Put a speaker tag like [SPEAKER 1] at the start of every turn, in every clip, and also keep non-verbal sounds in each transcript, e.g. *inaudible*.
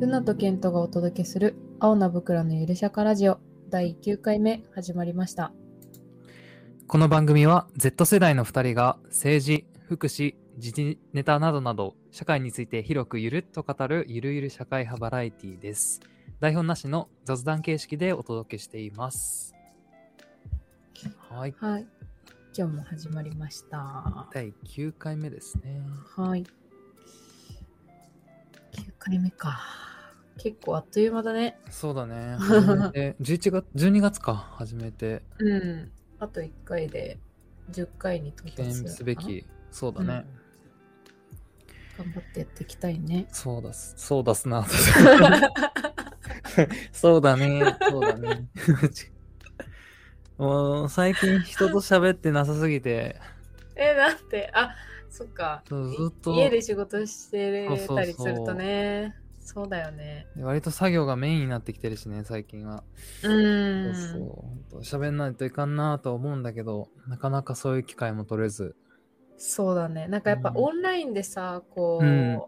[SPEAKER 1] ルナとケントがお届けする青な袋のゆるしゃかラジオ第9回目始まりました。
[SPEAKER 2] この番組は Z 世代の2人が政治、福祉、時事ネタなどなど社会について広くゆるっと語るゆるゆる社会派バラエティーです。台本なしの雑談形式でお届けしています。はい。
[SPEAKER 1] はい。今日も始まりました。
[SPEAKER 2] 第9回目ですね。
[SPEAKER 1] はい。9回目か。結構あっという間だね。
[SPEAKER 2] そうだね。 *laughs* 初めて11月、12月か、初めて
[SPEAKER 1] うん。あと1回で10回に到
[SPEAKER 2] 記念
[SPEAKER 1] 達
[SPEAKER 2] すべ
[SPEAKER 1] る
[SPEAKER 2] き。そうだ
[SPEAKER 1] のかな。
[SPEAKER 2] ね。
[SPEAKER 1] うん頑張ってやっていきたい *laughs* ね。
[SPEAKER 2] そうだす、そうだすな。 *laughs* そうだね、そうだね。 *laughs* もう最近人と喋ってなさすぎて、
[SPEAKER 1] え、だって、あ、そっか。
[SPEAKER 2] そうずっと
[SPEAKER 1] い家で仕事してたりする
[SPEAKER 2] そうそう
[SPEAKER 1] と
[SPEAKER 2] そう
[SPEAKER 1] ね。そうだよね。
[SPEAKER 2] 割と作業がメインになってきてるしね、最近は。
[SPEAKER 1] う
[SPEAKER 2] そ
[SPEAKER 1] ん。
[SPEAKER 2] うそう。ほんと喋んないといかんなとは思うんだけど、なかなかそういう機会も取れず。
[SPEAKER 1] そうだね。なんかやっぱ
[SPEAKER 2] うん
[SPEAKER 1] オンラインでさ、こう、
[SPEAKER 2] うん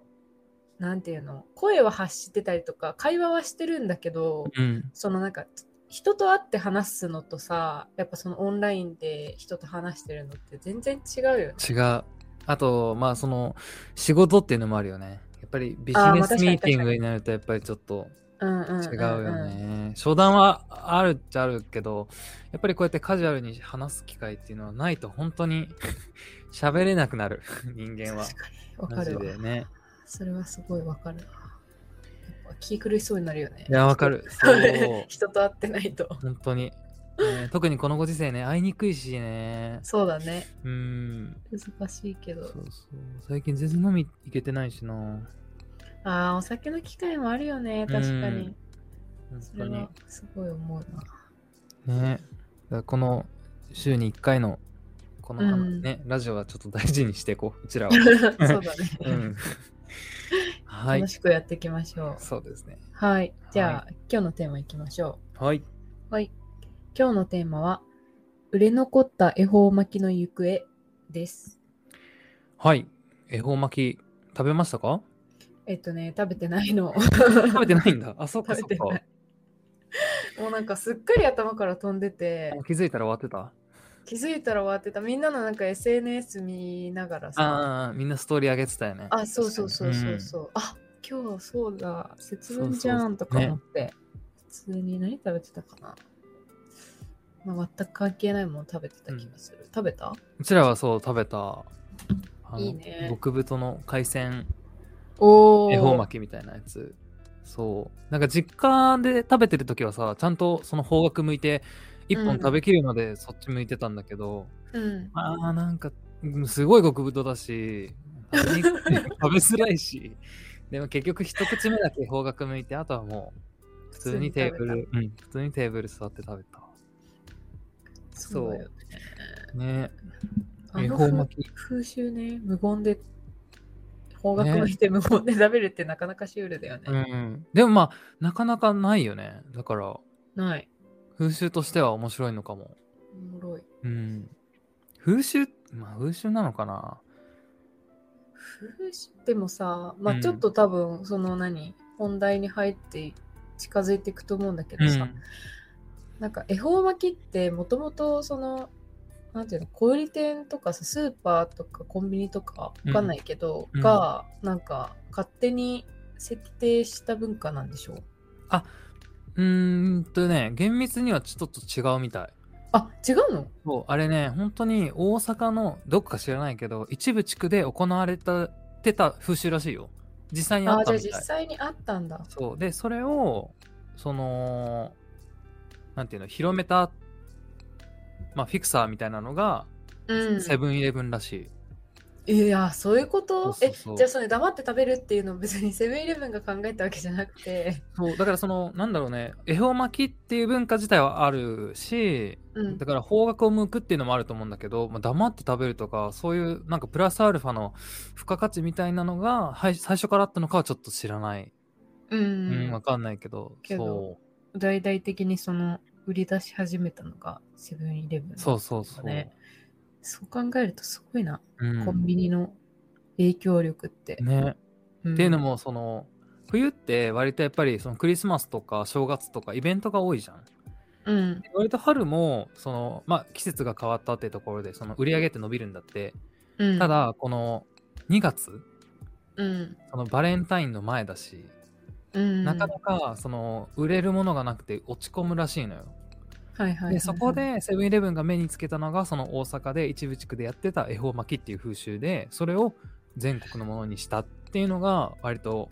[SPEAKER 1] なんていうの、声は発してたりとか、会話はしてるんだけど、
[SPEAKER 2] うん。
[SPEAKER 1] そのなんか、人と会って話すのとさ、やっぱそのオンラインで人と話してるのって全然違うよね。
[SPEAKER 2] 違う。あと、まあその、仕事っていうのもあるよね。やっぱりビジ
[SPEAKER 1] あーま
[SPEAKER 2] ネ
[SPEAKER 1] あ確か
[SPEAKER 2] ス
[SPEAKER 1] に
[SPEAKER 2] ミーティングになるとやっぱりちょっと
[SPEAKER 1] うんうんうん、うん。
[SPEAKER 2] 違うよ。ね。商談はあるっちゃあるけど、やっぱりこうやってカジュアルに話す機会っていうのはないと本当に *laughs* 喋れなくなる、 *laughs* 人間は
[SPEAKER 1] 確。かに。わか
[SPEAKER 2] マジ
[SPEAKER 1] るわ。
[SPEAKER 2] でね。
[SPEAKER 1] それはすごいわかるわ。やっぱ気狂いそうになるよね。
[SPEAKER 2] いや、わかる。
[SPEAKER 1] 人
[SPEAKER 2] そ
[SPEAKER 1] と。。
[SPEAKER 2] う
[SPEAKER 1] *laughs* 人と会ってないと。
[SPEAKER 2] 本当に。ね特にこのご時世ね、会いにくいしね。
[SPEAKER 1] そうだね。
[SPEAKER 2] うーん。
[SPEAKER 1] 難しいけ
[SPEAKER 2] そ
[SPEAKER 1] ど
[SPEAKER 2] う。そう。最近全然飲み行けてないしな。本
[SPEAKER 1] ああ、お酒の機会もあるよね。確かに。
[SPEAKER 2] うん
[SPEAKER 1] そ
[SPEAKER 2] 当
[SPEAKER 1] れ
[SPEAKER 2] に
[SPEAKER 1] は。すごい思うな。
[SPEAKER 2] ね。だからこの週に1回の、この
[SPEAKER 1] うん
[SPEAKER 2] ね、ラジオはちょっと大事にしていこう。うちらは。 *laughs*
[SPEAKER 1] そうだね。 *laughs*
[SPEAKER 2] うん。はい
[SPEAKER 1] 楽。しくやっていきましょう。
[SPEAKER 2] そうですね。
[SPEAKER 1] はい。じゃあ、今日のテーマいきましょ
[SPEAKER 2] はい。
[SPEAKER 1] う。はい。今日のテーマは、売れ残った恵方巻きの行方です。
[SPEAKER 2] はい。恵方巻き、食べまし
[SPEAKER 1] *laughs*
[SPEAKER 2] たか
[SPEAKER 1] えっとね、食べてない
[SPEAKER 2] *laughs*
[SPEAKER 1] の。
[SPEAKER 2] 食べてないんだ。あ、そっかそ
[SPEAKER 1] 食
[SPEAKER 2] っ
[SPEAKER 1] べて
[SPEAKER 2] か。
[SPEAKER 1] ない。もうなんかすっかり頭から飛んでて
[SPEAKER 2] もう気づいたら終わってた。
[SPEAKER 1] 気づいたら終わってたみんなのなんか SNS 見ながらさ
[SPEAKER 2] ああ、みんなストーリー上げてたよね。
[SPEAKER 1] あそうそうそうそう
[SPEAKER 2] う
[SPEAKER 1] そう、あ今日そうだ節分じゃんとか思って、普通に何食べてたかな、まあ、全く関係ないもの食べてた気がする、食べた
[SPEAKER 2] ん。うちらはそう、食べた。あの
[SPEAKER 1] いいね
[SPEAKER 2] 極太の海鮮
[SPEAKER 1] おお
[SPEAKER 2] 恵方巻きみたいなやつ。そう。なんか実家で食べてる時はさ、ちゃんとその方角向いて、一
[SPEAKER 1] うん
[SPEAKER 2] 本食べきるまでそっち向いてたんだけど、
[SPEAKER 1] うん
[SPEAKER 2] ああ、なんか、うんすごい極太だし、食べ *laughs* にくい食べづらいし、でも結局一口目だけ方角向いて、あとはもう、普通にテーブル、うん、普通にテーブル座って食べた。
[SPEAKER 1] そうだよね
[SPEAKER 2] ね
[SPEAKER 1] あ
[SPEAKER 2] 恵
[SPEAKER 1] の
[SPEAKER 2] 方巻き。
[SPEAKER 1] 風習ね無言で方角向いて無言で食べるってなかなかシュールだよね、
[SPEAKER 2] うん。でもまあ、なかなかないよね。だから、
[SPEAKER 1] ない
[SPEAKER 2] 風習としては面白いのかも。
[SPEAKER 1] おもろい
[SPEAKER 2] うん。風習、まあ風習なのかな。
[SPEAKER 1] 風習でもさ、ま
[SPEAKER 2] う
[SPEAKER 1] あ、
[SPEAKER 2] ん
[SPEAKER 1] ちょっと多分その何本題に入って近づいていくと思うんだけどさ、なんか恵方巻きってもともとそのなんていうの小売店とかさスーパーとかコンビニとかわかんないけど、
[SPEAKER 2] うん
[SPEAKER 1] がなんか勝手に設定した文化なんでしょう
[SPEAKER 2] うん。うーんとね、厳密にはちょっと違うみたい。
[SPEAKER 1] あ違うの
[SPEAKER 2] そう、あれね、本当に大阪のどこか知らないけど、一部地区で行われたてた風習らしいよ。実際にあ
[SPEAKER 1] あ
[SPEAKER 2] っ
[SPEAKER 1] じゃ
[SPEAKER 2] た
[SPEAKER 1] あ
[SPEAKER 2] みたい
[SPEAKER 1] 実。際にあったんだ
[SPEAKER 2] そう。で、それを、その、なんていうの、広めた、まあ、フィクサーみたいなのが、
[SPEAKER 1] うん
[SPEAKER 2] セブンイレブンらしい。
[SPEAKER 1] いやそういうこと
[SPEAKER 2] そうそうそう
[SPEAKER 1] えじゃあそれ黙って食べるっていうの別にセブンイレブンが考えたわけじゃなく
[SPEAKER 2] *laughs*
[SPEAKER 1] て
[SPEAKER 2] そう、だからその、なんだろうね、恵方巻きっていう文化自体はあるし、
[SPEAKER 1] うん
[SPEAKER 2] だから方角を向くっていうのもあると思うんだけど、まあ、黙って食べるとかそういうなんかプラスアルファの付加価値みたいなのがはい最初からあったのかはちょっと知らない、
[SPEAKER 1] う
[SPEAKER 2] うん
[SPEAKER 1] ん、
[SPEAKER 2] わかんないけど
[SPEAKER 1] けど
[SPEAKER 2] そ
[SPEAKER 1] 大々的にその売り出し始めたのがセブンイレブン
[SPEAKER 2] うそうそうそう、
[SPEAKER 1] ねそう考えるとすごいな、
[SPEAKER 2] う
[SPEAKER 1] コ
[SPEAKER 2] ん、
[SPEAKER 1] ンビニの影響力って、
[SPEAKER 2] ね、
[SPEAKER 1] うん
[SPEAKER 2] っていうのもその冬って割とやっぱりそのクリスマスとか正月とかイベントが多いじゃん。
[SPEAKER 1] うん。
[SPEAKER 2] 割と春もその、まあ、季節が変わったってところでその売り上げって伸びるんだって、
[SPEAKER 1] うん、
[SPEAKER 2] た、だこの2月
[SPEAKER 1] うん。
[SPEAKER 2] そのバレンタインの前だし、
[SPEAKER 1] うん、
[SPEAKER 2] なかなかその売れるものがなくて落ち込むらしいのよ。
[SPEAKER 1] はいはいはいはい、
[SPEAKER 2] でそこでセブンイレブンが目につけたのがその大阪で一部地区でやってた恵方巻きっていう風習でそれを全国のものにしたっていうのが割と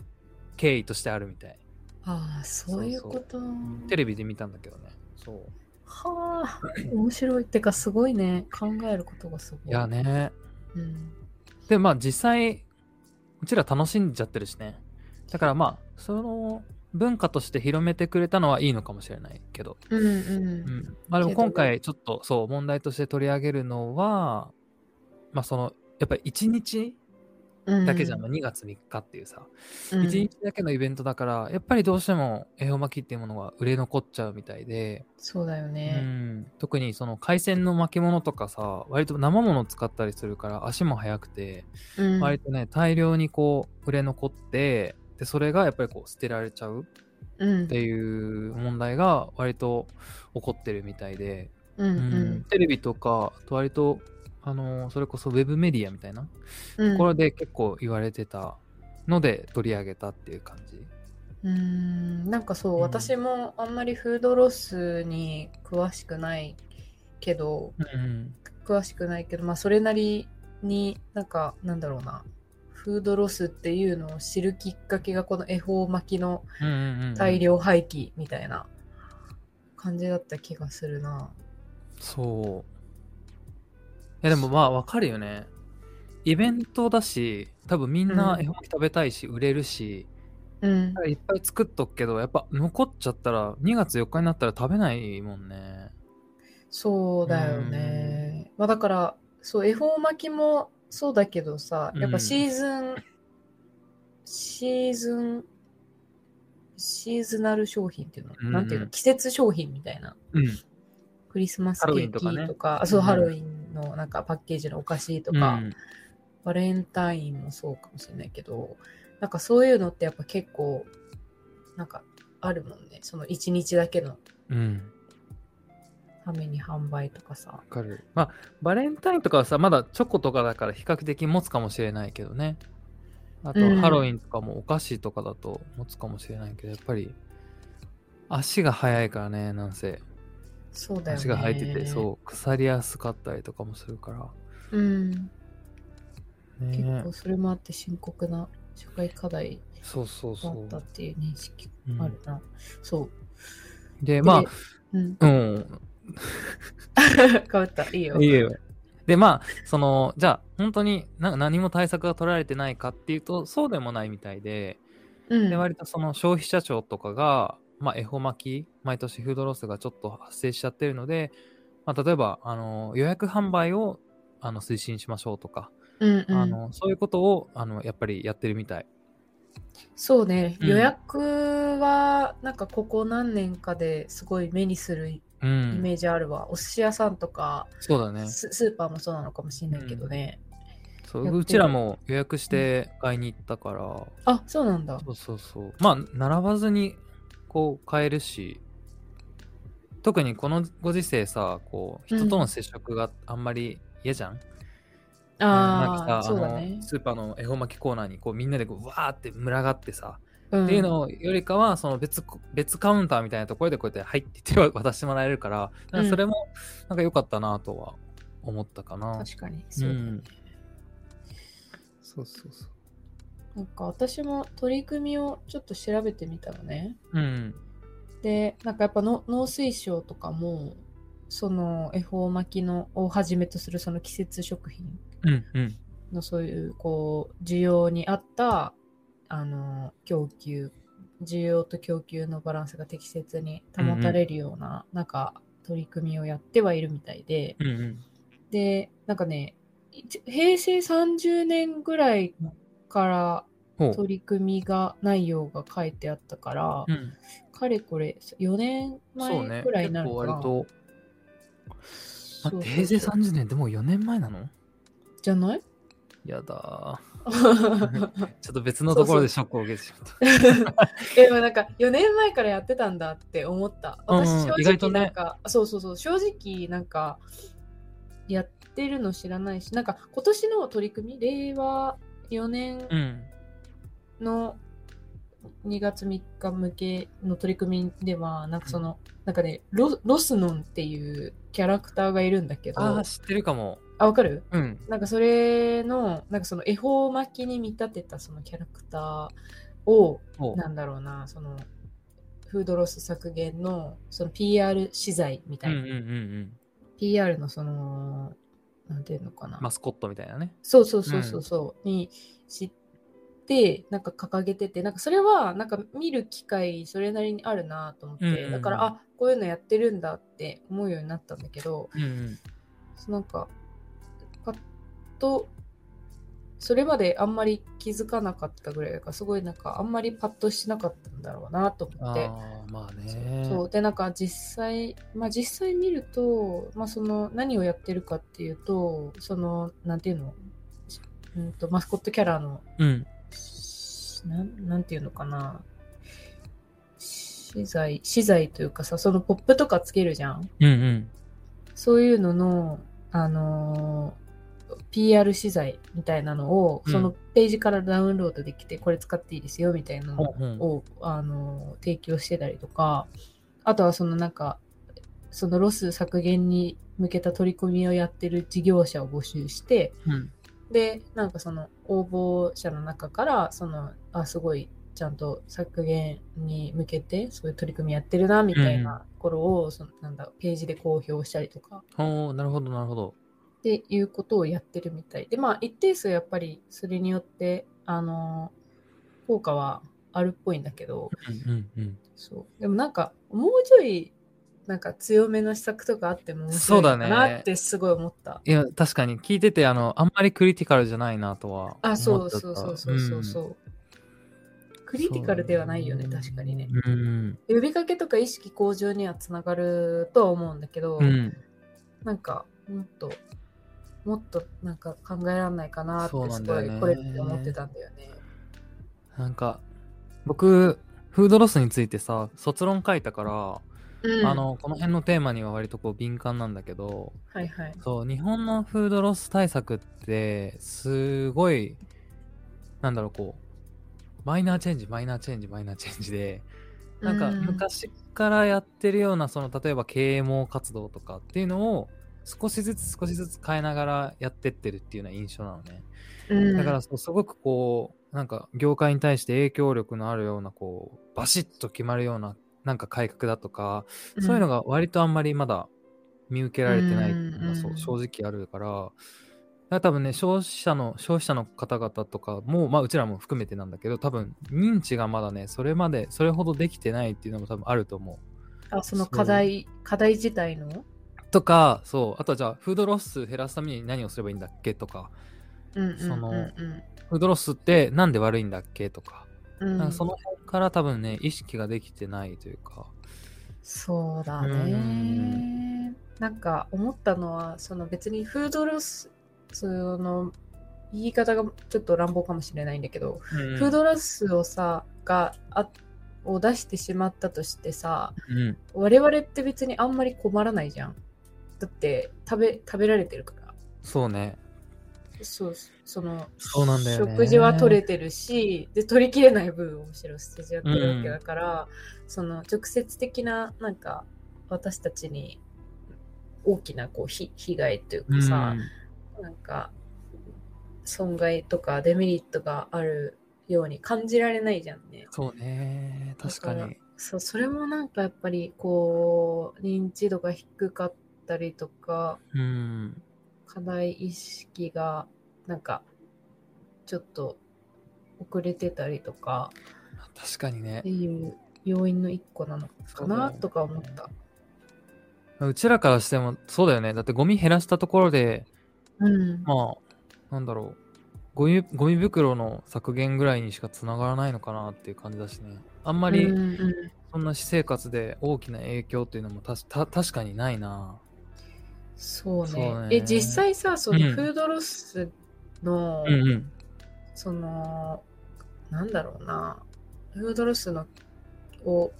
[SPEAKER 2] 経緯としてあるみたい
[SPEAKER 1] ああそういうこと
[SPEAKER 2] テレビで見たんだけどねそう
[SPEAKER 1] はあ面白いってかすごいね考えることがすごい
[SPEAKER 2] いや、ね
[SPEAKER 1] うん、
[SPEAKER 2] でまあ実際うちら楽しんじゃってるしねだからまあその文化として広めてくれたのはいいのかもしれないけど、
[SPEAKER 1] うんうん
[SPEAKER 2] うん、まあでも今回ちょっとそう問題として取り上げるのはまあそのやっぱり1日
[SPEAKER 1] うん
[SPEAKER 2] だけじゃん、まあ2月3日っていうさ、
[SPEAKER 1] うん
[SPEAKER 2] 1日だけのイベントだからやっぱりどうしても恵方巻きっていうものが売れ残っちゃうみたいで、
[SPEAKER 1] そうだよ
[SPEAKER 2] う
[SPEAKER 1] ね、
[SPEAKER 2] ん特にその海鮮の巻物とかさ割と生ものを使ったりするから足も速くて
[SPEAKER 1] うん
[SPEAKER 2] 割とね大量にこう売れ残ってでそれがやっぱりこう捨てられちゃう
[SPEAKER 1] うん
[SPEAKER 2] っていう問題が割と起こってるみたいで、
[SPEAKER 1] うんう
[SPEAKER 2] うん
[SPEAKER 1] ん
[SPEAKER 2] テレビとかあと割とあのそれこそウェブメディアみたいな
[SPEAKER 1] うん
[SPEAKER 2] ところで結構言われてたので取り上げたっていう感じ。
[SPEAKER 1] うんなんかそう、
[SPEAKER 2] うん
[SPEAKER 1] 私もあんまりフードロスに詳しくないけど
[SPEAKER 2] うん
[SPEAKER 1] 詳しくないけどまあそれなりになんかなんだろうなフードロスっていうのを知るきっかけがこの恵方巻きの
[SPEAKER 2] うんうんうん
[SPEAKER 1] 大量廃棄みたいな感じだった気がするな。
[SPEAKER 2] そういやでもまあわかるよねイベントだし多分みんな
[SPEAKER 1] うん
[SPEAKER 2] 絵本食べたいし売れるし、
[SPEAKER 1] うん、
[SPEAKER 2] いっぱい作っとくけどやっぱ残っちゃったら2月4日になったら食べないもんね
[SPEAKER 1] そうだよね。まあだからそう恵方巻きもそうだけどさやっ
[SPEAKER 2] う
[SPEAKER 1] ぱ
[SPEAKER 2] ん
[SPEAKER 1] シーズン、シーズンシーズナル商品っていうの、
[SPEAKER 2] うんうん
[SPEAKER 1] なんていうの季節商品みたいな
[SPEAKER 2] うん
[SPEAKER 1] クリスマス
[SPEAKER 2] ハ
[SPEAKER 1] ケ
[SPEAKER 2] ロウィ
[SPEAKER 1] ー
[SPEAKER 2] ン
[SPEAKER 1] キ
[SPEAKER 2] と
[SPEAKER 1] と
[SPEAKER 2] か
[SPEAKER 1] か
[SPEAKER 2] ね
[SPEAKER 1] あそう
[SPEAKER 2] うん
[SPEAKER 1] ハロウィンのなんかパッケージのお菓子とか、バレンタインもそうかもしれないけど、なんかそういうのってやっぱ結構、なんかあるもんね。その一日だけの
[SPEAKER 2] うん、うん
[SPEAKER 1] ために販売とかさ
[SPEAKER 2] わ。かるまあバレンタインとかはさまだチョコとかだから比較的持つかもしれないけどねあと
[SPEAKER 1] うん
[SPEAKER 2] ハロウィンとかもお菓子とかだと持つかもしれないけどやっぱり足が速いからねなんせ
[SPEAKER 1] そうだよね。
[SPEAKER 2] 足が生えてて、そう、腐りやすかったりとかもするか
[SPEAKER 1] う。うん。
[SPEAKER 2] ら。
[SPEAKER 1] 結
[SPEAKER 2] ね
[SPEAKER 1] 構、それもあって深刻な社会課題
[SPEAKER 2] そうそう
[SPEAKER 1] だ
[SPEAKER 2] そ
[SPEAKER 1] ったっ
[SPEAKER 2] う。
[SPEAKER 1] ていう認識
[SPEAKER 2] うん
[SPEAKER 1] あるな。そう。
[SPEAKER 2] で、ま
[SPEAKER 1] あ。
[SPEAKER 2] *laughs*
[SPEAKER 1] うん。
[SPEAKER 2] あ、うん、
[SPEAKER 1] 変わった。いいよ。
[SPEAKER 2] いいよ。で、まあ、その、じゃあ、本当にな何も対策が取られてないかっていうと、そうでもないみたいで、
[SPEAKER 1] うん。
[SPEAKER 2] で割とその消費者庁とかが、まあ、恵方巻き、毎年フードロスがちょっと発生しちゃってるので、まあ、例えば、あの、予約販売をあの推進しましょうとか、
[SPEAKER 1] うんうん
[SPEAKER 2] あの、そういうことを、あの、やっぱりやってるみたい。
[SPEAKER 1] そうね、
[SPEAKER 2] うん
[SPEAKER 1] 予約はなんかここ何年かですごい目にするイ
[SPEAKER 2] う
[SPEAKER 1] メ
[SPEAKER 2] ん。
[SPEAKER 1] ージあるわ、お寿司屋さんとか、
[SPEAKER 2] そうだね。
[SPEAKER 1] ススーパーもそうなのかもしれないけどね、
[SPEAKER 2] そ
[SPEAKER 1] やって
[SPEAKER 2] う
[SPEAKER 1] る
[SPEAKER 2] うちらも予約して買いに行ったから、
[SPEAKER 1] あそうなんだ
[SPEAKER 2] そうそうそうまあ並ばずにこう買えるし特にこのご時世さこう人との接触があんまり嫌じゃん、なん
[SPEAKER 1] あ
[SPEAKER 2] か
[SPEAKER 1] あ
[SPEAKER 2] さ
[SPEAKER 1] そ
[SPEAKER 2] あ
[SPEAKER 1] うだ
[SPEAKER 2] の
[SPEAKER 1] ね
[SPEAKER 2] スーパーの恵方巻きコーナーにこうみんなでこうわーって群がってさ、
[SPEAKER 1] うん
[SPEAKER 2] っていうのよりかはその別こ別カウンターみたいなところでこうやって入って手を渡してもらえるからなんかそれもなんか良かったなとは思ったかな、
[SPEAKER 1] 確かにそうだね、
[SPEAKER 2] うんそうそうそう
[SPEAKER 1] なんか私も取り組みをちょっと調べてみたのね
[SPEAKER 2] うん
[SPEAKER 1] でなんかやっぱの農水省とかもその恵方巻きのをはじめとするその季節食品
[SPEAKER 2] うんうん
[SPEAKER 1] のそういうこう需要に合ったあの供給需要と供給のバランスが適切に保たれるような,、なんか取り組みをやってはいるみたいで
[SPEAKER 2] うんうん
[SPEAKER 1] でなんかね一平成30年ぐらいから
[SPEAKER 2] ほう
[SPEAKER 1] 取り組みが内容が書いてあったから、
[SPEAKER 2] うん、
[SPEAKER 1] かれこれ4年
[SPEAKER 2] そうね
[SPEAKER 1] 前ぐらいになる
[SPEAKER 2] 結
[SPEAKER 1] か
[SPEAKER 2] 構
[SPEAKER 1] な
[SPEAKER 2] 割と
[SPEAKER 1] そ
[SPEAKER 2] 待
[SPEAKER 1] うそ
[SPEAKER 2] っ
[SPEAKER 1] う
[SPEAKER 2] て
[SPEAKER 1] そう
[SPEAKER 2] 平成30年でもう4年前なの
[SPEAKER 1] じゃない
[SPEAKER 2] やだちょっと別のところでショックを受けてしまった。
[SPEAKER 1] *laughs* でもなんか4年前からやってたんだって思った。
[SPEAKER 2] うんうん
[SPEAKER 1] 私正
[SPEAKER 2] 意外
[SPEAKER 1] 直
[SPEAKER 2] とね
[SPEAKER 1] なんか、そうそうそう、正直なんかやってるの知らないし、なんか今年の取り組み、令和4年
[SPEAKER 2] うん。
[SPEAKER 1] の2月3日向けの取り組みでは、なんかその、なんかねロ、ロスノンっていうキャラクターがいるんだけど、
[SPEAKER 2] ああ、
[SPEAKER 1] あ、
[SPEAKER 2] 知ってるかも。
[SPEAKER 1] わかる
[SPEAKER 2] うん。
[SPEAKER 1] なんかそれの、なんかその恵方巻きに見立てたそのキャラクターを、
[SPEAKER 2] そう
[SPEAKER 1] なんだろうな、その、フードロス削減のその PR 資材みた
[SPEAKER 2] うん
[SPEAKER 1] い
[SPEAKER 2] うん
[SPEAKER 1] な、
[SPEAKER 2] うんうん。
[SPEAKER 1] PR のその、なんていうのかな、
[SPEAKER 2] マスコットみたいなね。
[SPEAKER 1] そうそうそうそうそう、に知って、なんか掲げてて、なんかそれは、なんか見る機会、それなりにあるなと思って、
[SPEAKER 2] うんうんうん
[SPEAKER 1] だから、あこういうのやってるんだって思うようになったんだけど、
[SPEAKER 2] うんうん。
[SPEAKER 1] なんか、パッと、それまであんまり気づかなかったぐらいだから、すごいなんか、あんまりパッとしなかったんだろうなと思
[SPEAKER 2] あ
[SPEAKER 1] って。
[SPEAKER 2] あ、まあ
[SPEAKER 1] そ
[SPEAKER 2] ね。
[SPEAKER 1] うそうでなんか実際まあ実際見ると、まあ、その何をやってるかっていうとそのなんていうの、うん、とマスコットキャラの
[SPEAKER 2] うん。
[SPEAKER 1] なんなんていうのかな資材資材というかさそのポップとかつけるじゃん
[SPEAKER 2] うんうん。
[SPEAKER 1] そういうのの、あのー PR 資材みたいなのを、
[SPEAKER 2] うん
[SPEAKER 1] そのページからダウンロードできて、これ使っていいですよみたいなの
[SPEAKER 2] うん
[SPEAKER 1] を、あのー提供してたりとか、あとはそのなんか、そのロス削減に向けた取り組みをやってる事業者を募集して、
[SPEAKER 2] うん。
[SPEAKER 1] でなんかその応募者の中からそのあすごいちゃんと削減に向けてそういう取り組みやってるなみたいなところを、そのなんだページで公表したりとか
[SPEAKER 2] おーなるほど、なるほど。
[SPEAKER 1] っていうことをやってるみたいでまあ一定数やっぱりそれによってあの効果はあるっぽいんだけど
[SPEAKER 2] うんうん
[SPEAKER 1] そうでもなんかもうちょいなんか強めの施策とかあっても面白いのか
[SPEAKER 2] そうだね
[SPEAKER 1] なってすごい思った。
[SPEAKER 2] いや、確かに聞いてて、あの、あんまりクリティカルじゃないなとは。
[SPEAKER 1] あ、
[SPEAKER 2] 思
[SPEAKER 1] そ
[SPEAKER 2] っ
[SPEAKER 1] う
[SPEAKER 2] ちゃった
[SPEAKER 1] そうそうそうそうそう。クリティカルではないよね、
[SPEAKER 2] そう
[SPEAKER 1] 確かにね。
[SPEAKER 2] うん。
[SPEAKER 1] 呼びかけとか意識向上にはつながるとは思うんだけど、
[SPEAKER 2] うん。うん
[SPEAKER 1] なんかもっともっとなんか考えられないかなってす
[SPEAKER 2] そ
[SPEAKER 1] ご
[SPEAKER 2] うなんだよね
[SPEAKER 1] いこれって思ってたんだよね。
[SPEAKER 2] なんか、僕、フードロスについてさ、卒論書いたから、
[SPEAKER 1] うん
[SPEAKER 2] あの、この辺のテーマには割とこう敏感なんだけど、
[SPEAKER 1] はいはい。
[SPEAKER 2] そう、日本のフードロス対策って、すごい、なんだろう、こう、マイナーチェンジ、マイナーチェンジ、マイナーチェンジで、なんか
[SPEAKER 1] うん
[SPEAKER 2] 昔からやってるような、その、例えば啓蒙活動とかっていうのを、少しずつ少しずつ変えながらやってってるっていうような印象なのね。
[SPEAKER 1] うん
[SPEAKER 2] だからそうすごくこうなんか業界に対して影響力のあるようなこうバシッと決まるようななんか改革だとか、そういうのが割とあんまりまだ見受けられてないっていうのがそう
[SPEAKER 1] うん
[SPEAKER 2] 正直あるから。だから多分ね、消費者の、消費者の方々とかも、まあ、うちらも含めてなんだけど、多分、認知がまだね、それまで、それほどできてないっていうのも多分あると思う。
[SPEAKER 1] あその課題課題自体の、
[SPEAKER 2] とか、そう、あとはじゃあ、フードロス減らすために何をすればいいんだっけとか、
[SPEAKER 1] うんうんうんうん
[SPEAKER 2] そのフードロスってなんで悪いんだっけとか、
[SPEAKER 1] うん
[SPEAKER 2] なんかその辺から多分ね、意識ができてないというか。
[SPEAKER 1] そうだ
[SPEAKER 2] う
[SPEAKER 1] ね
[SPEAKER 2] ん。
[SPEAKER 1] なんか思ったのはその別にフードロスその言い方がちょっと乱暴かもしれないんだけど、フードロスをさがあを出してしまったとしてさ
[SPEAKER 2] うん、
[SPEAKER 1] 我々って別にあんまり困らないじゃん。だって食べ食べられてるから。
[SPEAKER 2] そうね。
[SPEAKER 1] そうその
[SPEAKER 2] そうなんだよね
[SPEAKER 1] 食事は取れてるしで取りきれない分をむしろ捨てちゃってるわけだから、その直接的ななんか私たちに大きなこうひ被害というかさ、なんか損害とかデメリットがあるように感じられないじゃんね。
[SPEAKER 2] そうね。確か
[SPEAKER 1] だ
[SPEAKER 2] に。
[SPEAKER 1] そうそれもなんかやっぱりこう認知度が低かったりとか
[SPEAKER 2] うん。
[SPEAKER 1] 課題意識がなんかちょっと遅れてたりとか
[SPEAKER 2] 確かにね
[SPEAKER 1] って。いう要因の一個なのかなとか思った。
[SPEAKER 2] うちらからしても、そうだよね。だってゴミ減らしたところで、
[SPEAKER 1] うん、
[SPEAKER 2] まあ、なんだろう。ゴミゴミ袋の削減ぐらいにしかつながらないのかなっていう感じだしね。あんま
[SPEAKER 1] う
[SPEAKER 2] り
[SPEAKER 1] んうん
[SPEAKER 2] そんな私生活で大きな影響っていうのもたした確かにないな。
[SPEAKER 1] そうね
[SPEAKER 2] そうね
[SPEAKER 1] え実際さその
[SPEAKER 2] うん
[SPEAKER 1] フードロスの、
[SPEAKER 2] うんうん。
[SPEAKER 1] そのなんだろうなフードロスのを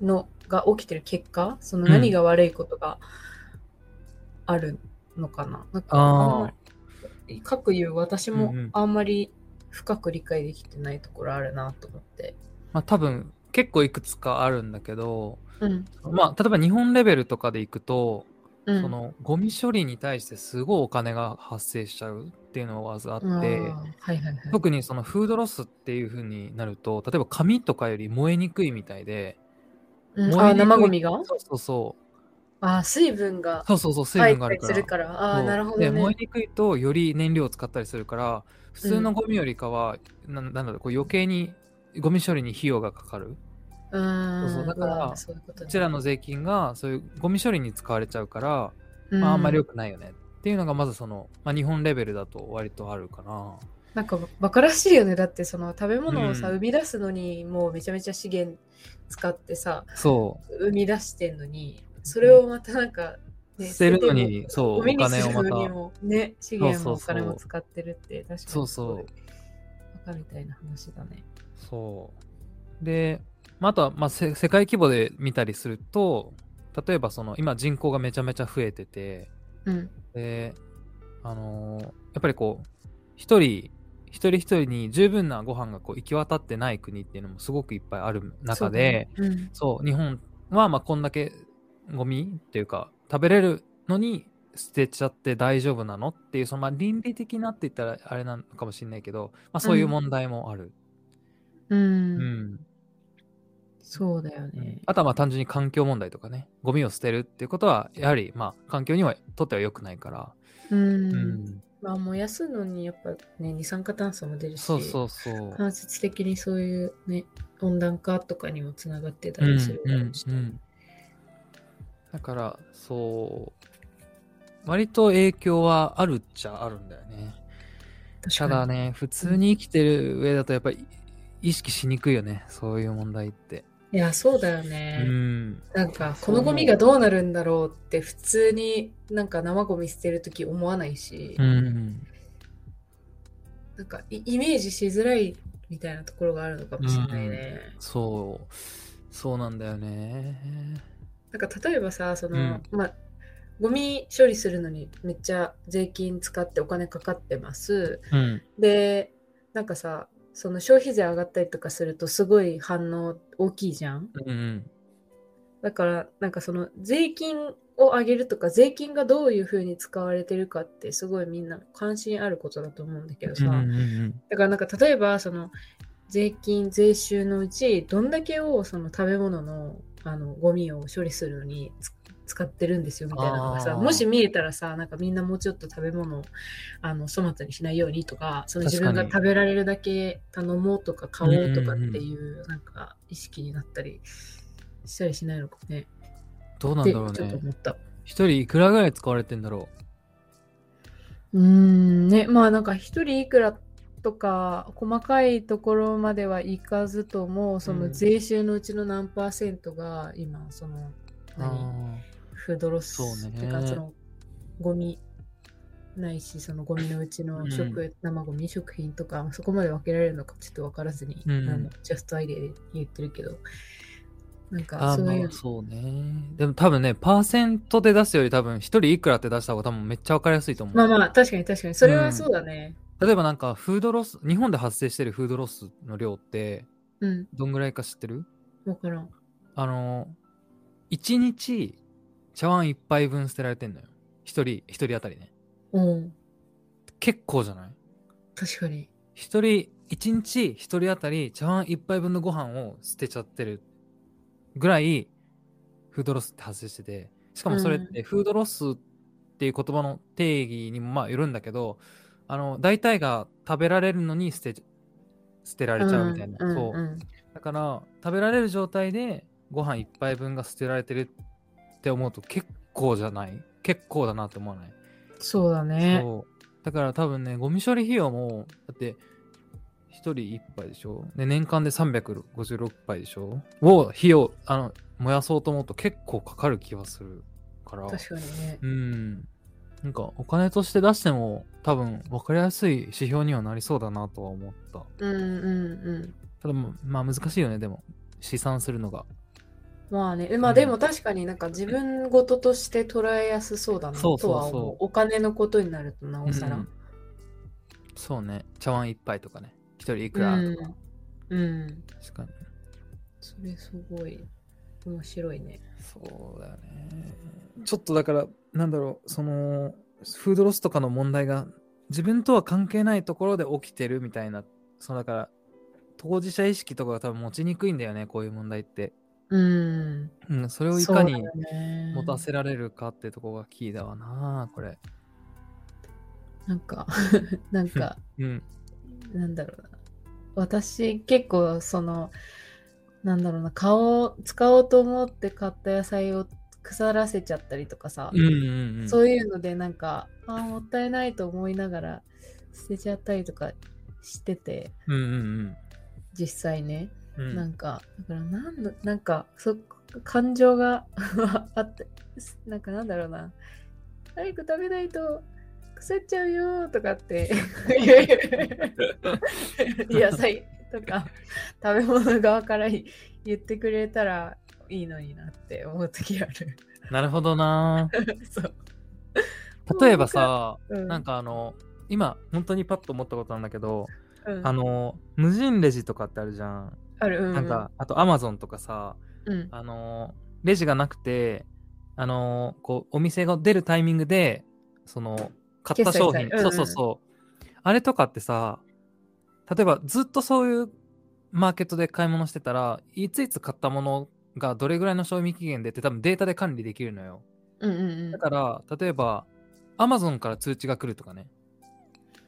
[SPEAKER 1] のが起きてる結果その
[SPEAKER 2] うん
[SPEAKER 1] 何が悪いことがあるのかな,、なんか
[SPEAKER 2] あー
[SPEAKER 1] あんまりかくいう私
[SPEAKER 2] う
[SPEAKER 1] も
[SPEAKER 2] んうん
[SPEAKER 1] あんまり深く理解できてないところあるなと思って。
[SPEAKER 2] まあ多分結構いくつかあるんだけど、
[SPEAKER 1] うん
[SPEAKER 2] まあ例えば日本レベルとかでいくと、
[SPEAKER 1] うん
[SPEAKER 2] そのゴミ処理に対してすごいお金が発生しちゃうっていうのがまずあって、
[SPEAKER 1] あーはいはいはい。
[SPEAKER 2] 特にそのフードロスっていう風になると例えば紙とかより燃えにくいみたいで
[SPEAKER 1] うん
[SPEAKER 2] 燃え
[SPEAKER 1] あー
[SPEAKER 2] にくい
[SPEAKER 1] 生ゴミが
[SPEAKER 2] そうそうそう
[SPEAKER 1] あー水分が
[SPEAKER 2] そうそうそう水
[SPEAKER 1] 入
[SPEAKER 2] 分
[SPEAKER 1] っ
[SPEAKER 2] が
[SPEAKER 1] た
[SPEAKER 2] ある
[SPEAKER 1] り
[SPEAKER 2] か
[SPEAKER 1] す
[SPEAKER 2] ら
[SPEAKER 1] るから。ああ
[SPEAKER 2] そ
[SPEAKER 1] ー、
[SPEAKER 2] う
[SPEAKER 1] なるほど
[SPEAKER 2] で燃
[SPEAKER 1] ね
[SPEAKER 2] え。にくいとより燃料を使ったりするから普通のゴミよりかは、ななんだろうこう余計にゴミ処理に費用がかかる
[SPEAKER 1] うーん。
[SPEAKER 2] そうそうだから
[SPEAKER 1] うわーそういうこと
[SPEAKER 2] こ
[SPEAKER 1] ね
[SPEAKER 2] ちらの税金がそういうゴミ処理に使われちゃうから、
[SPEAKER 1] うん
[SPEAKER 2] まあ、あんまり良くないよねっていうのがまずその、まあ、日本レベルだと割とあるかな。
[SPEAKER 1] なんかバカらしいよねだってその食べ物をさ、
[SPEAKER 2] うん
[SPEAKER 1] 生み出すのにもうめちゃめちゃ資源使ってさ
[SPEAKER 2] そ
[SPEAKER 1] 生み出してんのにそれをまたなんか、
[SPEAKER 2] う捨てるの
[SPEAKER 1] 捨てて
[SPEAKER 2] にそう
[SPEAKER 1] も
[SPEAKER 2] お
[SPEAKER 1] ゴミにす
[SPEAKER 2] 金を
[SPEAKER 1] る
[SPEAKER 2] ま
[SPEAKER 1] のに
[SPEAKER 2] た
[SPEAKER 1] もね資源もお
[SPEAKER 2] そうそう
[SPEAKER 1] 金
[SPEAKER 2] そう
[SPEAKER 1] も使ってるって確かに
[SPEAKER 2] そうそう
[SPEAKER 1] バカみたいな話だね
[SPEAKER 2] そう。で、まあ、あとは、まあ、せ世界規模で見たりすると、例えばその今人口がめちゃめちゃ増えてて、
[SPEAKER 1] うん
[SPEAKER 2] で、あのーやっぱりこう、一人、一人一人に十分なご飯がこう行き渡ってない国っていうのもすごくいっぱいある中で、
[SPEAKER 1] そうだね
[SPEAKER 2] そう,、日本はまあこんだけゴミっていうか、食べれるのに捨てちゃって大丈夫なのっていう、そのまあ倫理的なって言ったらあれなのかもしれないけど、まあそういう問題もある。
[SPEAKER 1] うん、うん
[SPEAKER 2] うん
[SPEAKER 1] そうだよね
[SPEAKER 2] あとはまあ単純に環境問題とかね、ゴミを捨てるっていうことは、やはりまあ環境にはとっては良くないから、
[SPEAKER 1] うん、
[SPEAKER 2] うん
[SPEAKER 1] まあ燃やすのにやっぱね二酸化炭素も出るし
[SPEAKER 2] そうそうそう。
[SPEAKER 1] 間接的にそういうね温暖化とかにもつながってた
[SPEAKER 2] うん
[SPEAKER 1] りするだろうし
[SPEAKER 2] うんうんだから、そう、割と影響はあるっちゃあるんだよね。
[SPEAKER 1] 確か
[SPEAKER 2] た
[SPEAKER 1] に
[SPEAKER 2] だね、普通に生きてる上だとやっぱり意識しにくいよね、そういう問題って。
[SPEAKER 1] いやそうだよ
[SPEAKER 2] う
[SPEAKER 1] ね、
[SPEAKER 2] ん。
[SPEAKER 1] なんか
[SPEAKER 2] そ
[SPEAKER 1] こ
[SPEAKER 2] う思
[SPEAKER 1] の
[SPEAKER 2] う
[SPEAKER 1] ゴミがどうなるんだろうって普通になんか生ゴミ捨てるとき思わないし、
[SPEAKER 2] うん。
[SPEAKER 1] なんかイイメージしづらいみたいなところがあるのかもしれないね、
[SPEAKER 2] そう。そうなんだよね。
[SPEAKER 1] なんか例えばさその、
[SPEAKER 2] うん
[SPEAKER 1] まあゴミ処理するのにめっちゃ税金使ってお金かかってます
[SPEAKER 2] うん。
[SPEAKER 1] でなんかさその消費税上がったりとかするとすごい反応大きいじゃん
[SPEAKER 2] うんうん。
[SPEAKER 1] だからなんかその税金を上げるとか税金がどういうふうに使われてるかってすごいみんな関心あることだと思うんだけどさ、
[SPEAKER 2] うんうんうん
[SPEAKER 1] だからなんか例えばその税金税収のうちどんだけをその食べ物のあのゴミを処理するのにつ使ってるんですよみたいなのがさ
[SPEAKER 2] あー
[SPEAKER 1] もし見えたらさなんかみんなもうちょっと食べ物をあの粗末にしないようにとかその自分が
[SPEAKER 2] 確か
[SPEAKER 1] 食べられるだけ頼もうとか買おうとかっていう,、なんか意識になったりしたりしないのかね
[SPEAKER 2] どうな
[SPEAKER 1] っ
[SPEAKER 2] ん
[SPEAKER 1] てち
[SPEAKER 2] だ
[SPEAKER 1] ょ
[SPEAKER 2] ろう
[SPEAKER 1] っと
[SPEAKER 2] ね。
[SPEAKER 1] 思った。
[SPEAKER 2] 一人いくらぐらい使われてんだろ
[SPEAKER 1] うーんねまあなんか一人いくらとか細かいところまではいかずともそうの
[SPEAKER 2] ん
[SPEAKER 1] 税収のうちの何パーセントが今その
[SPEAKER 2] う。
[SPEAKER 1] 何フードロス
[SPEAKER 2] そうね
[SPEAKER 1] ってかそのゴミないしそのゴミのうちの食、
[SPEAKER 2] う
[SPEAKER 1] 生ゴミ食品とかそこまで分けられるのかちょっと分からずに、
[SPEAKER 2] うん
[SPEAKER 1] あのジャストアイデアで言ってるけどなんか
[SPEAKER 2] あ
[SPEAKER 1] そういう
[SPEAKER 2] まあそうね。でも多分ね、パーセントで出すより多分一人いくらって出した方が多分めっちゃわかりやすいと思う。
[SPEAKER 1] まあまあ確かに確かにそれ
[SPEAKER 2] うん
[SPEAKER 1] はそうだね
[SPEAKER 2] 例えばなんかフードロス、日本で発生してるフードロスの量って
[SPEAKER 1] うん、
[SPEAKER 2] どんぐらいか知ってる
[SPEAKER 1] 分からん
[SPEAKER 2] あの、1日茶碗一杯分捨てられてんのよ。一人、一人当たりね。
[SPEAKER 1] うん
[SPEAKER 2] 結構じゃない
[SPEAKER 1] 確かに
[SPEAKER 2] 一人、一日一人当たり茶碗一杯分のご飯を捨てちゃってるぐらいフードロスって発生してて、しかもそれってフードロスっていう言葉の定義にもまあよるんだけど、あの、大体が食べられるのに捨て、捨てられちゃうみたいな。
[SPEAKER 1] ん
[SPEAKER 2] そうう。
[SPEAKER 1] ん
[SPEAKER 2] だから、食べられる状態でご飯一杯分が捨てられてるって思うと結構じゃない結構だなって思わない
[SPEAKER 1] そうだね。
[SPEAKER 2] そうだから多分ねゴミ処理費用もだって1人1杯でしょで年間で356杯でしょを費用あの燃やそうと思うと結構かかる気はするから
[SPEAKER 1] 確かにね。
[SPEAKER 2] うんなんかお金として出しても多分分かりやすい指標にはなりそうだなとは思った。
[SPEAKER 1] うんうんうん。
[SPEAKER 2] ただままあ難しいよね、でも。試算するのが。
[SPEAKER 1] まあね、えま
[SPEAKER 2] う
[SPEAKER 1] あ
[SPEAKER 2] ん
[SPEAKER 1] でも確かになんか自分事として捉えやすそうだな
[SPEAKER 2] そう
[SPEAKER 1] と
[SPEAKER 2] そうそう
[SPEAKER 1] は思う。お金のことになるとなおさら。
[SPEAKER 2] うんそうね。茶碗一杯とかね。一人いく
[SPEAKER 1] う
[SPEAKER 2] ら
[SPEAKER 1] ん
[SPEAKER 2] とか。。
[SPEAKER 1] うん。
[SPEAKER 2] 確かに。
[SPEAKER 1] それすごい面白いね。
[SPEAKER 2] そうだよね。ちょっとだから、なんだろう、その、フードロスとかの問題が自分とは関係ないところで起きてるみたいな、そのだから、当事者意識とかが多分持ちにくいんだよね、こういう問題って。
[SPEAKER 1] うん。
[SPEAKER 2] うん、それをい
[SPEAKER 1] そう
[SPEAKER 2] か
[SPEAKER 1] だ
[SPEAKER 2] に
[SPEAKER 1] よね
[SPEAKER 2] 持たせられるかってとこがキーだわな、これ。
[SPEAKER 1] なん
[SPEAKER 2] *laughs*
[SPEAKER 1] か、なんか、
[SPEAKER 2] うん。
[SPEAKER 1] なんだろうな。私、結構、その、なんだろうな、顔を使おうと思って買った野菜を腐らせちゃったりとかさ、
[SPEAKER 2] うんうんうん。
[SPEAKER 1] そういうので、なんか、あーもったいないと思いながら捨てちゃったりとかしてて、
[SPEAKER 2] うんうん
[SPEAKER 1] 実際ね。
[SPEAKER 2] うん。うん
[SPEAKER 1] なんか、だから、なんだ、なんか、そ感情が *laughs* あって、なんか、なんだろうな。早く食べないと腐っちゃうよーとか
[SPEAKER 2] *laughs*
[SPEAKER 1] って。野菜とか食べ物側から言ってくれたらいいのになって思う時あ
[SPEAKER 2] *laughs*
[SPEAKER 1] る。
[SPEAKER 2] なるほどな。
[SPEAKER 1] そう。
[SPEAKER 2] 例えばさ、
[SPEAKER 1] うん、
[SPEAKER 2] なんかあの、今、本当にパッと思ったことなんだけど、
[SPEAKER 1] うん、
[SPEAKER 2] あの、無人レジとかってあるじゃん。
[SPEAKER 1] ある、う
[SPEAKER 2] なんか、、あとアマゾンとかさ、
[SPEAKER 1] うん、
[SPEAKER 2] あのーレジがなくて、あのーこう、お店が出るタイミングで、その、買っ
[SPEAKER 1] 決
[SPEAKER 2] た
[SPEAKER 1] 済
[SPEAKER 2] 商品、
[SPEAKER 1] され
[SPEAKER 2] そうそうそう。あれとかってさ、例えばずっとそういうマーケットで買い物してたら、いついつ買ったものがどれぐらいの賞味期限でって多分データで管理できるのよ。
[SPEAKER 1] うんうんうん
[SPEAKER 2] だ。から、例えば、アマゾンから通知が来るとかね。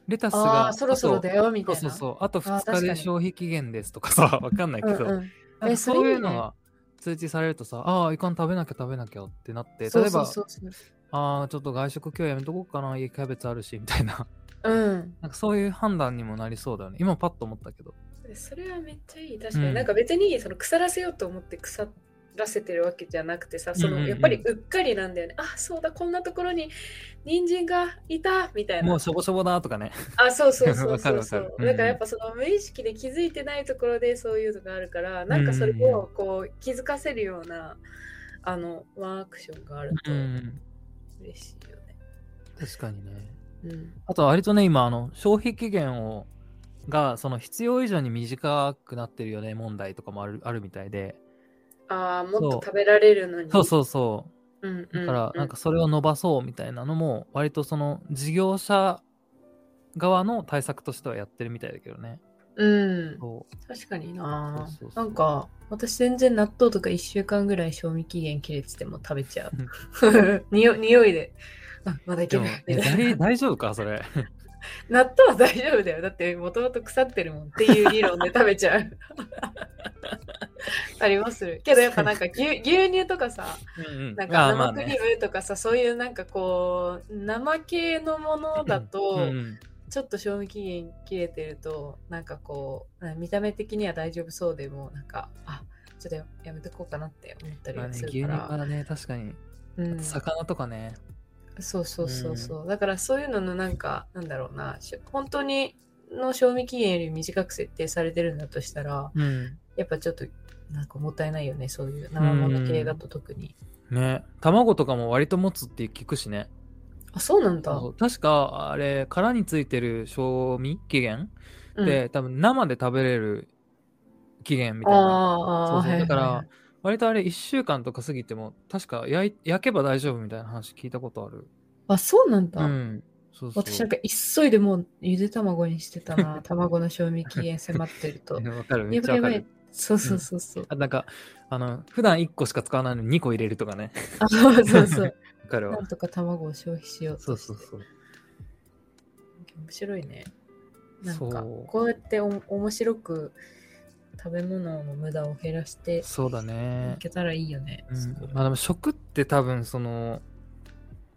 [SPEAKER 2] レタス
[SPEAKER 1] あ
[SPEAKER 2] が、
[SPEAKER 1] あ、そろそろ
[SPEAKER 2] あと
[SPEAKER 1] だよみたいな。
[SPEAKER 2] そうそうそう。あと
[SPEAKER 1] あー
[SPEAKER 2] 2日
[SPEAKER 1] 確か
[SPEAKER 2] で
[SPEAKER 1] に
[SPEAKER 2] 消費期限ですとかさ、わかんないけど。
[SPEAKER 1] うんうん
[SPEAKER 2] なんか
[SPEAKER 1] えそれ
[SPEAKER 2] そういう
[SPEAKER 1] いいね
[SPEAKER 2] のが通知されるとさ、ああ、いかん食べなきゃ食べなきゃってなって、例えば、
[SPEAKER 1] そうそうそうそう。
[SPEAKER 2] ああ、ちょっと外食今日やめとこうかな、家キャベツあるし、みたいな。 *laughs*
[SPEAKER 1] うん。
[SPEAKER 2] なんかそういう判断にもなりそうだよね。今パッと思ったけど。
[SPEAKER 1] それはめっちゃいい。確かに、
[SPEAKER 2] うん
[SPEAKER 1] なんか別にその腐らせようと思って腐らせてるわけじゃなくてさ、そ
[SPEAKER 2] うんうんう
[SPEAKER 1] の
[SPEAKER 2] ん
[SPEAKER 1] やっぱりうっかりなんだよね。あ、そうだ、こんなところに人参がいたみたいな。
[SPEAKER 2] もうしょぼしょぼだとかね。
[SPEAKER 1] あ、そうそうそ
[SPEAKER 2] わ
[SPEAKER 1] う
[SPEAKER 2] か
[SPEAKER 1] そ
[SPEAKER 2] る
[SPEAKER 1] う
[SPEAKER 2] わ
[SPEAKER 1] そ
[SPEAKER 2] かる
[SPEAKER 1] う。
[SPEAKER 2] うん
[SPEAKER 1] だからやっぱその無意識で気づいてないところでそういうのがあるから、なんかそれをこう気づかせるようなあのワークションがあると
[SPEAKER 2] うん。
[SPEAKER 1] 嬉しいよね。
[SPEAKER 2] 確かにね。
[SPEAKER 1] うん。
[SPEAKER 2] あと、割とね、今、あの、消費期限を、が、その必要以上に短くなってるよね、問題とかもあるあるみたいで。
[SPEAKER 1] ああ、もっと
[SPEAKER 2] そう
[SPEAKER 1] 食べられるのに。
[SPEAKER 2] そうそうそう。
[SPEAKER 1] うんうんう
[SPEAKER 2] だ
[SPEAKER 1] ん。
[SPEAKER 2] から、なんかそれを伸ばそうみたいなのも、割とその事業者側の対策としてはやってるみたいだけどね。
[SPEAKER 1] うん。
[SPEAKER 2] そ
[SPEAKER 1] 確かにな
[SPEAKER 2] そうそうそう
[SPEAKER 1] なんか私全然納豆とか1週間ぐらい賞味期限切れてても食べちゃ
[SPEAKER 2] う
[SPEAKER 1] *laughs*
[SPEAKER 2] ん。
[SPEAKER 1] う匂匂いであまだいう
[SPEAKER 2] で
[SPEAKER 1] け
[SPEAKER 2] *laughs* も、
[SPEAKER 1] ないみ
[SPEAKER 2] え
[SPEAKER 1] たいな
[SPEAKER 2] 大大丈夫か、それ。
[SPEAKER 1] *laughs* 納豆は大丈夫だよだってもともと腐ってるもんっていう理論で食べちゃう *laughs* ありまするけどやっぱなんか牛牛乳とかさ
[SPEAKER 2] うんうん
[SPEAKER 1] なんか
[SPEAKER 2] あーまあ
[SPEAKER 1] 生クリ
[SPEAKER 2] ね
[SPEAKER 1] ームとかさ、そういうなんかこう生系のものだと、
[SPEAKER 2] うん
[SPEAKER 1] ちょっと賞味期限切れてるとなんかこう見た目的には大丈夫そうでもなんかあちょっとややめとこうかなって思った
[SPEAKER 2] うんまあ
[SPEAKER 1] り
[SPEAKER 2] ね、
[SPEAKER 1] す
[SPEAKER 2] 牛乳
[SPEAKER 1] るから、
[SPEAKER 2] はね、確かに。
[SPEAKER 1] うん、
[SPEAKER 2] 魚とかね。
[SPEAKER 1] そうそうそうそう、だからそういうののなんかなんだろうなし本当にの賞味期限より短く設定されてるんだとしたら
[SPEAKER 2] うん。
[SPEAKER 1] やっぱちょっとなんかもったいないよねそういう生もの系だと特に、
[SPEAKER 2] ね。卵とかも割と持つって聞くしね。
[SPEAKER 1] あそうなんだ
[SPEAKER 2] そう確か、あれ、殻についてる賞味期限
[SPEAKER 1] うん
[SPEAKER 2] って、多分生で食べれる期限みたいな。
[SPEAKER 1] あ
[SPEAKER 2] そ
[SPEAKER 1] あ
[SPEAKER 2] うそうだか
[SPEAKER 1] はいはいは
[SPEAKER 2] ら
[SPEAKER 1] い、
[SPEAKER 2] 割とあれ1週間とか過ぎても、確か焼い焼けば大丈夫みたいな話聞いたことある。
[SPEAKER 1] あそうなんだ、
[SPEAKER 2] うん。そうそう。
[SPEAKER 1] 私なんか急いでもうゆで卵にしてた
[SPEAKER 2] *laughs*
[SPEAKER 1] な卵の賞味期限迫ってると
[SPEAKER 2] わかる、 *laughs* め
[SPEAKER 1] や
[SPEAKER 2] っち
[SPEAKER 1] ば
[SPEAKER 2] ゃ
[SPEAKER 1] い
[SPEAKER 2] わ
[SPEAKER 1] や
[SPEAKER 2] か
[SPEAKER 1] ば
[SPEAKER 2] る
[SPEAKER 1] い。そうそうそうそう、
[SPEAKER 2] あなんか、あの、普段1個しか使わないのに2個入れるとかね。
[SPEAKER 1] あそうそうそう
[SPEAKER 2] *laughs* わかるわ
[SPEAKER 1] な。んとか卵を消費しよう
[SPEAKER 2] そ
[SPEAKER 1] と
[SPEAKER 2] う
[SPEAKER 1] して
[SPEAKER 2] そうそう。
[SPEAKER 1] 面白いねなんか
[SPEAKER 2] そう
[SPEAKER 1] こうやってお面白く食べ物の無駄を減らして
[SPEAKER 2] そうだ
[SPEAKER 1] い
[SPEAKER 2] ね。
[SPEAKER 1] けたらいいよね、
[SPEAKER 2] うん
[SPEAKER 1] そう、
[SPEAKER 2] まあでも食って多分その、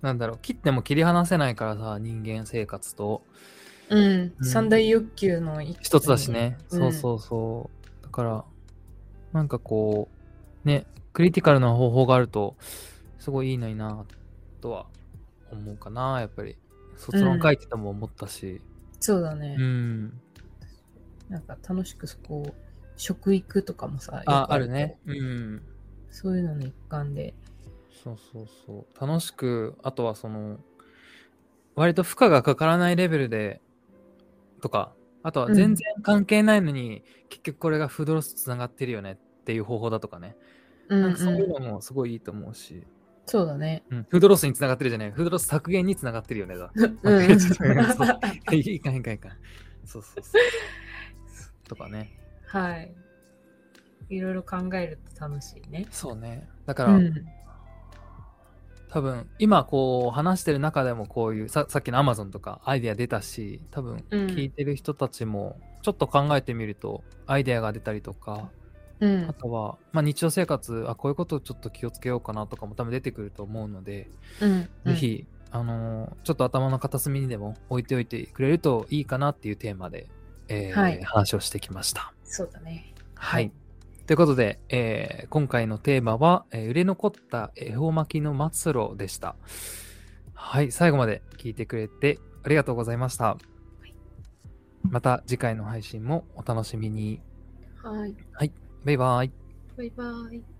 [SPEAKER 2] なんだろう、切っても切り離せないからさ、人間生活と。
[SPEAKER 1] うん
[SPEAKER 2] うん
[SPEAKER 1] 三大欲求の
[SPEAKER 2] 一つだしね、
[SPEAKER 1] うん
[SPEAKER 2] そうそうそうだからなんかこうねクリティカルな方法があるとすごいいいのになとは思うかな、やっぱり。卒論書いてても思ったし。
[SPEAKER 1] そうだね
[SPEAKER 2] う。ん。
[SPEAKER 1] なんか楽しくそこを、食育とかもさ、よく
[SPEAKER 2] あ、あ
[SPEAKER 1] け
[SPEAKER 2] る
[SPEAKER 1] ど
[SPEAKER 2] ね。。うん。
[SPEAKER 1] そういうのの一環で。
[SPEAKER 2] そうそうそう。楽しく、あとはその、割と負荷がかからないレベルで、とか、あとは全然関係ないのに、結局これがフードロスとつながってるよねっていう方法だとかね。
[SPEAKER 1] うん、う。
[SPEAKER 2] なんかそういうんのもすごいいいと思うし、
[SPEAKER 1] そうだね。
[SPEAKER 2] うんフードロスにつながってるじゃない、フードロス削減につながってるよねだ。
[SPEAKER 1] うん
[SPEAKER 2] *laughs* そういいかんいいかんいいかん。そうそうそう。とかね。
[SPEAKER 1] *laughs* はい。いろいろ考えると楽しいね。
[SPEAKER 2] そうね。だ
[SPEAKER 1] う
[SPEAKER 2] から、
[SPEAKER 1] ん。
[SPEAKER 2] 多分今こう話してる中でもこういうささっきの Amazon とかアイデア出たし多分
[SPEAKER 1] うん
[SPEAKER 2] 聞いてる人たちもちょっと考えてみるとアイデアが出たりとか、
[SPEAKER 1] うん
[SPEAKER 2] あ。とは、まあ、日常生活あこういうことちょっと気をつけようかなとかも多分出てくると思うので、
[SPEAKER 1] うん。
[SPEAKER 2] ぜひあのーちょっと頭の片隅にでも置いておいてくれるといいかなっていうテーマで、えー
[SPEAKER 1] はい
[SPEAKER 2] 話をしてきました。
[SPEAKER 1] そうだね。
[SPEAKER 2] は
[SPEAKER 1] はいい。
[SPEAKER 2] ということで、えー今回のテーマは、えー売れ残った恵方巻きの末路でした。はい、最後まで聞いてくれてありがとうございました。また次回の配信もお楽しみに。
[SPEAKER 1] はい。
[SPEAKER 2] バイバイ。
[SPEAKER 1] バイバイ。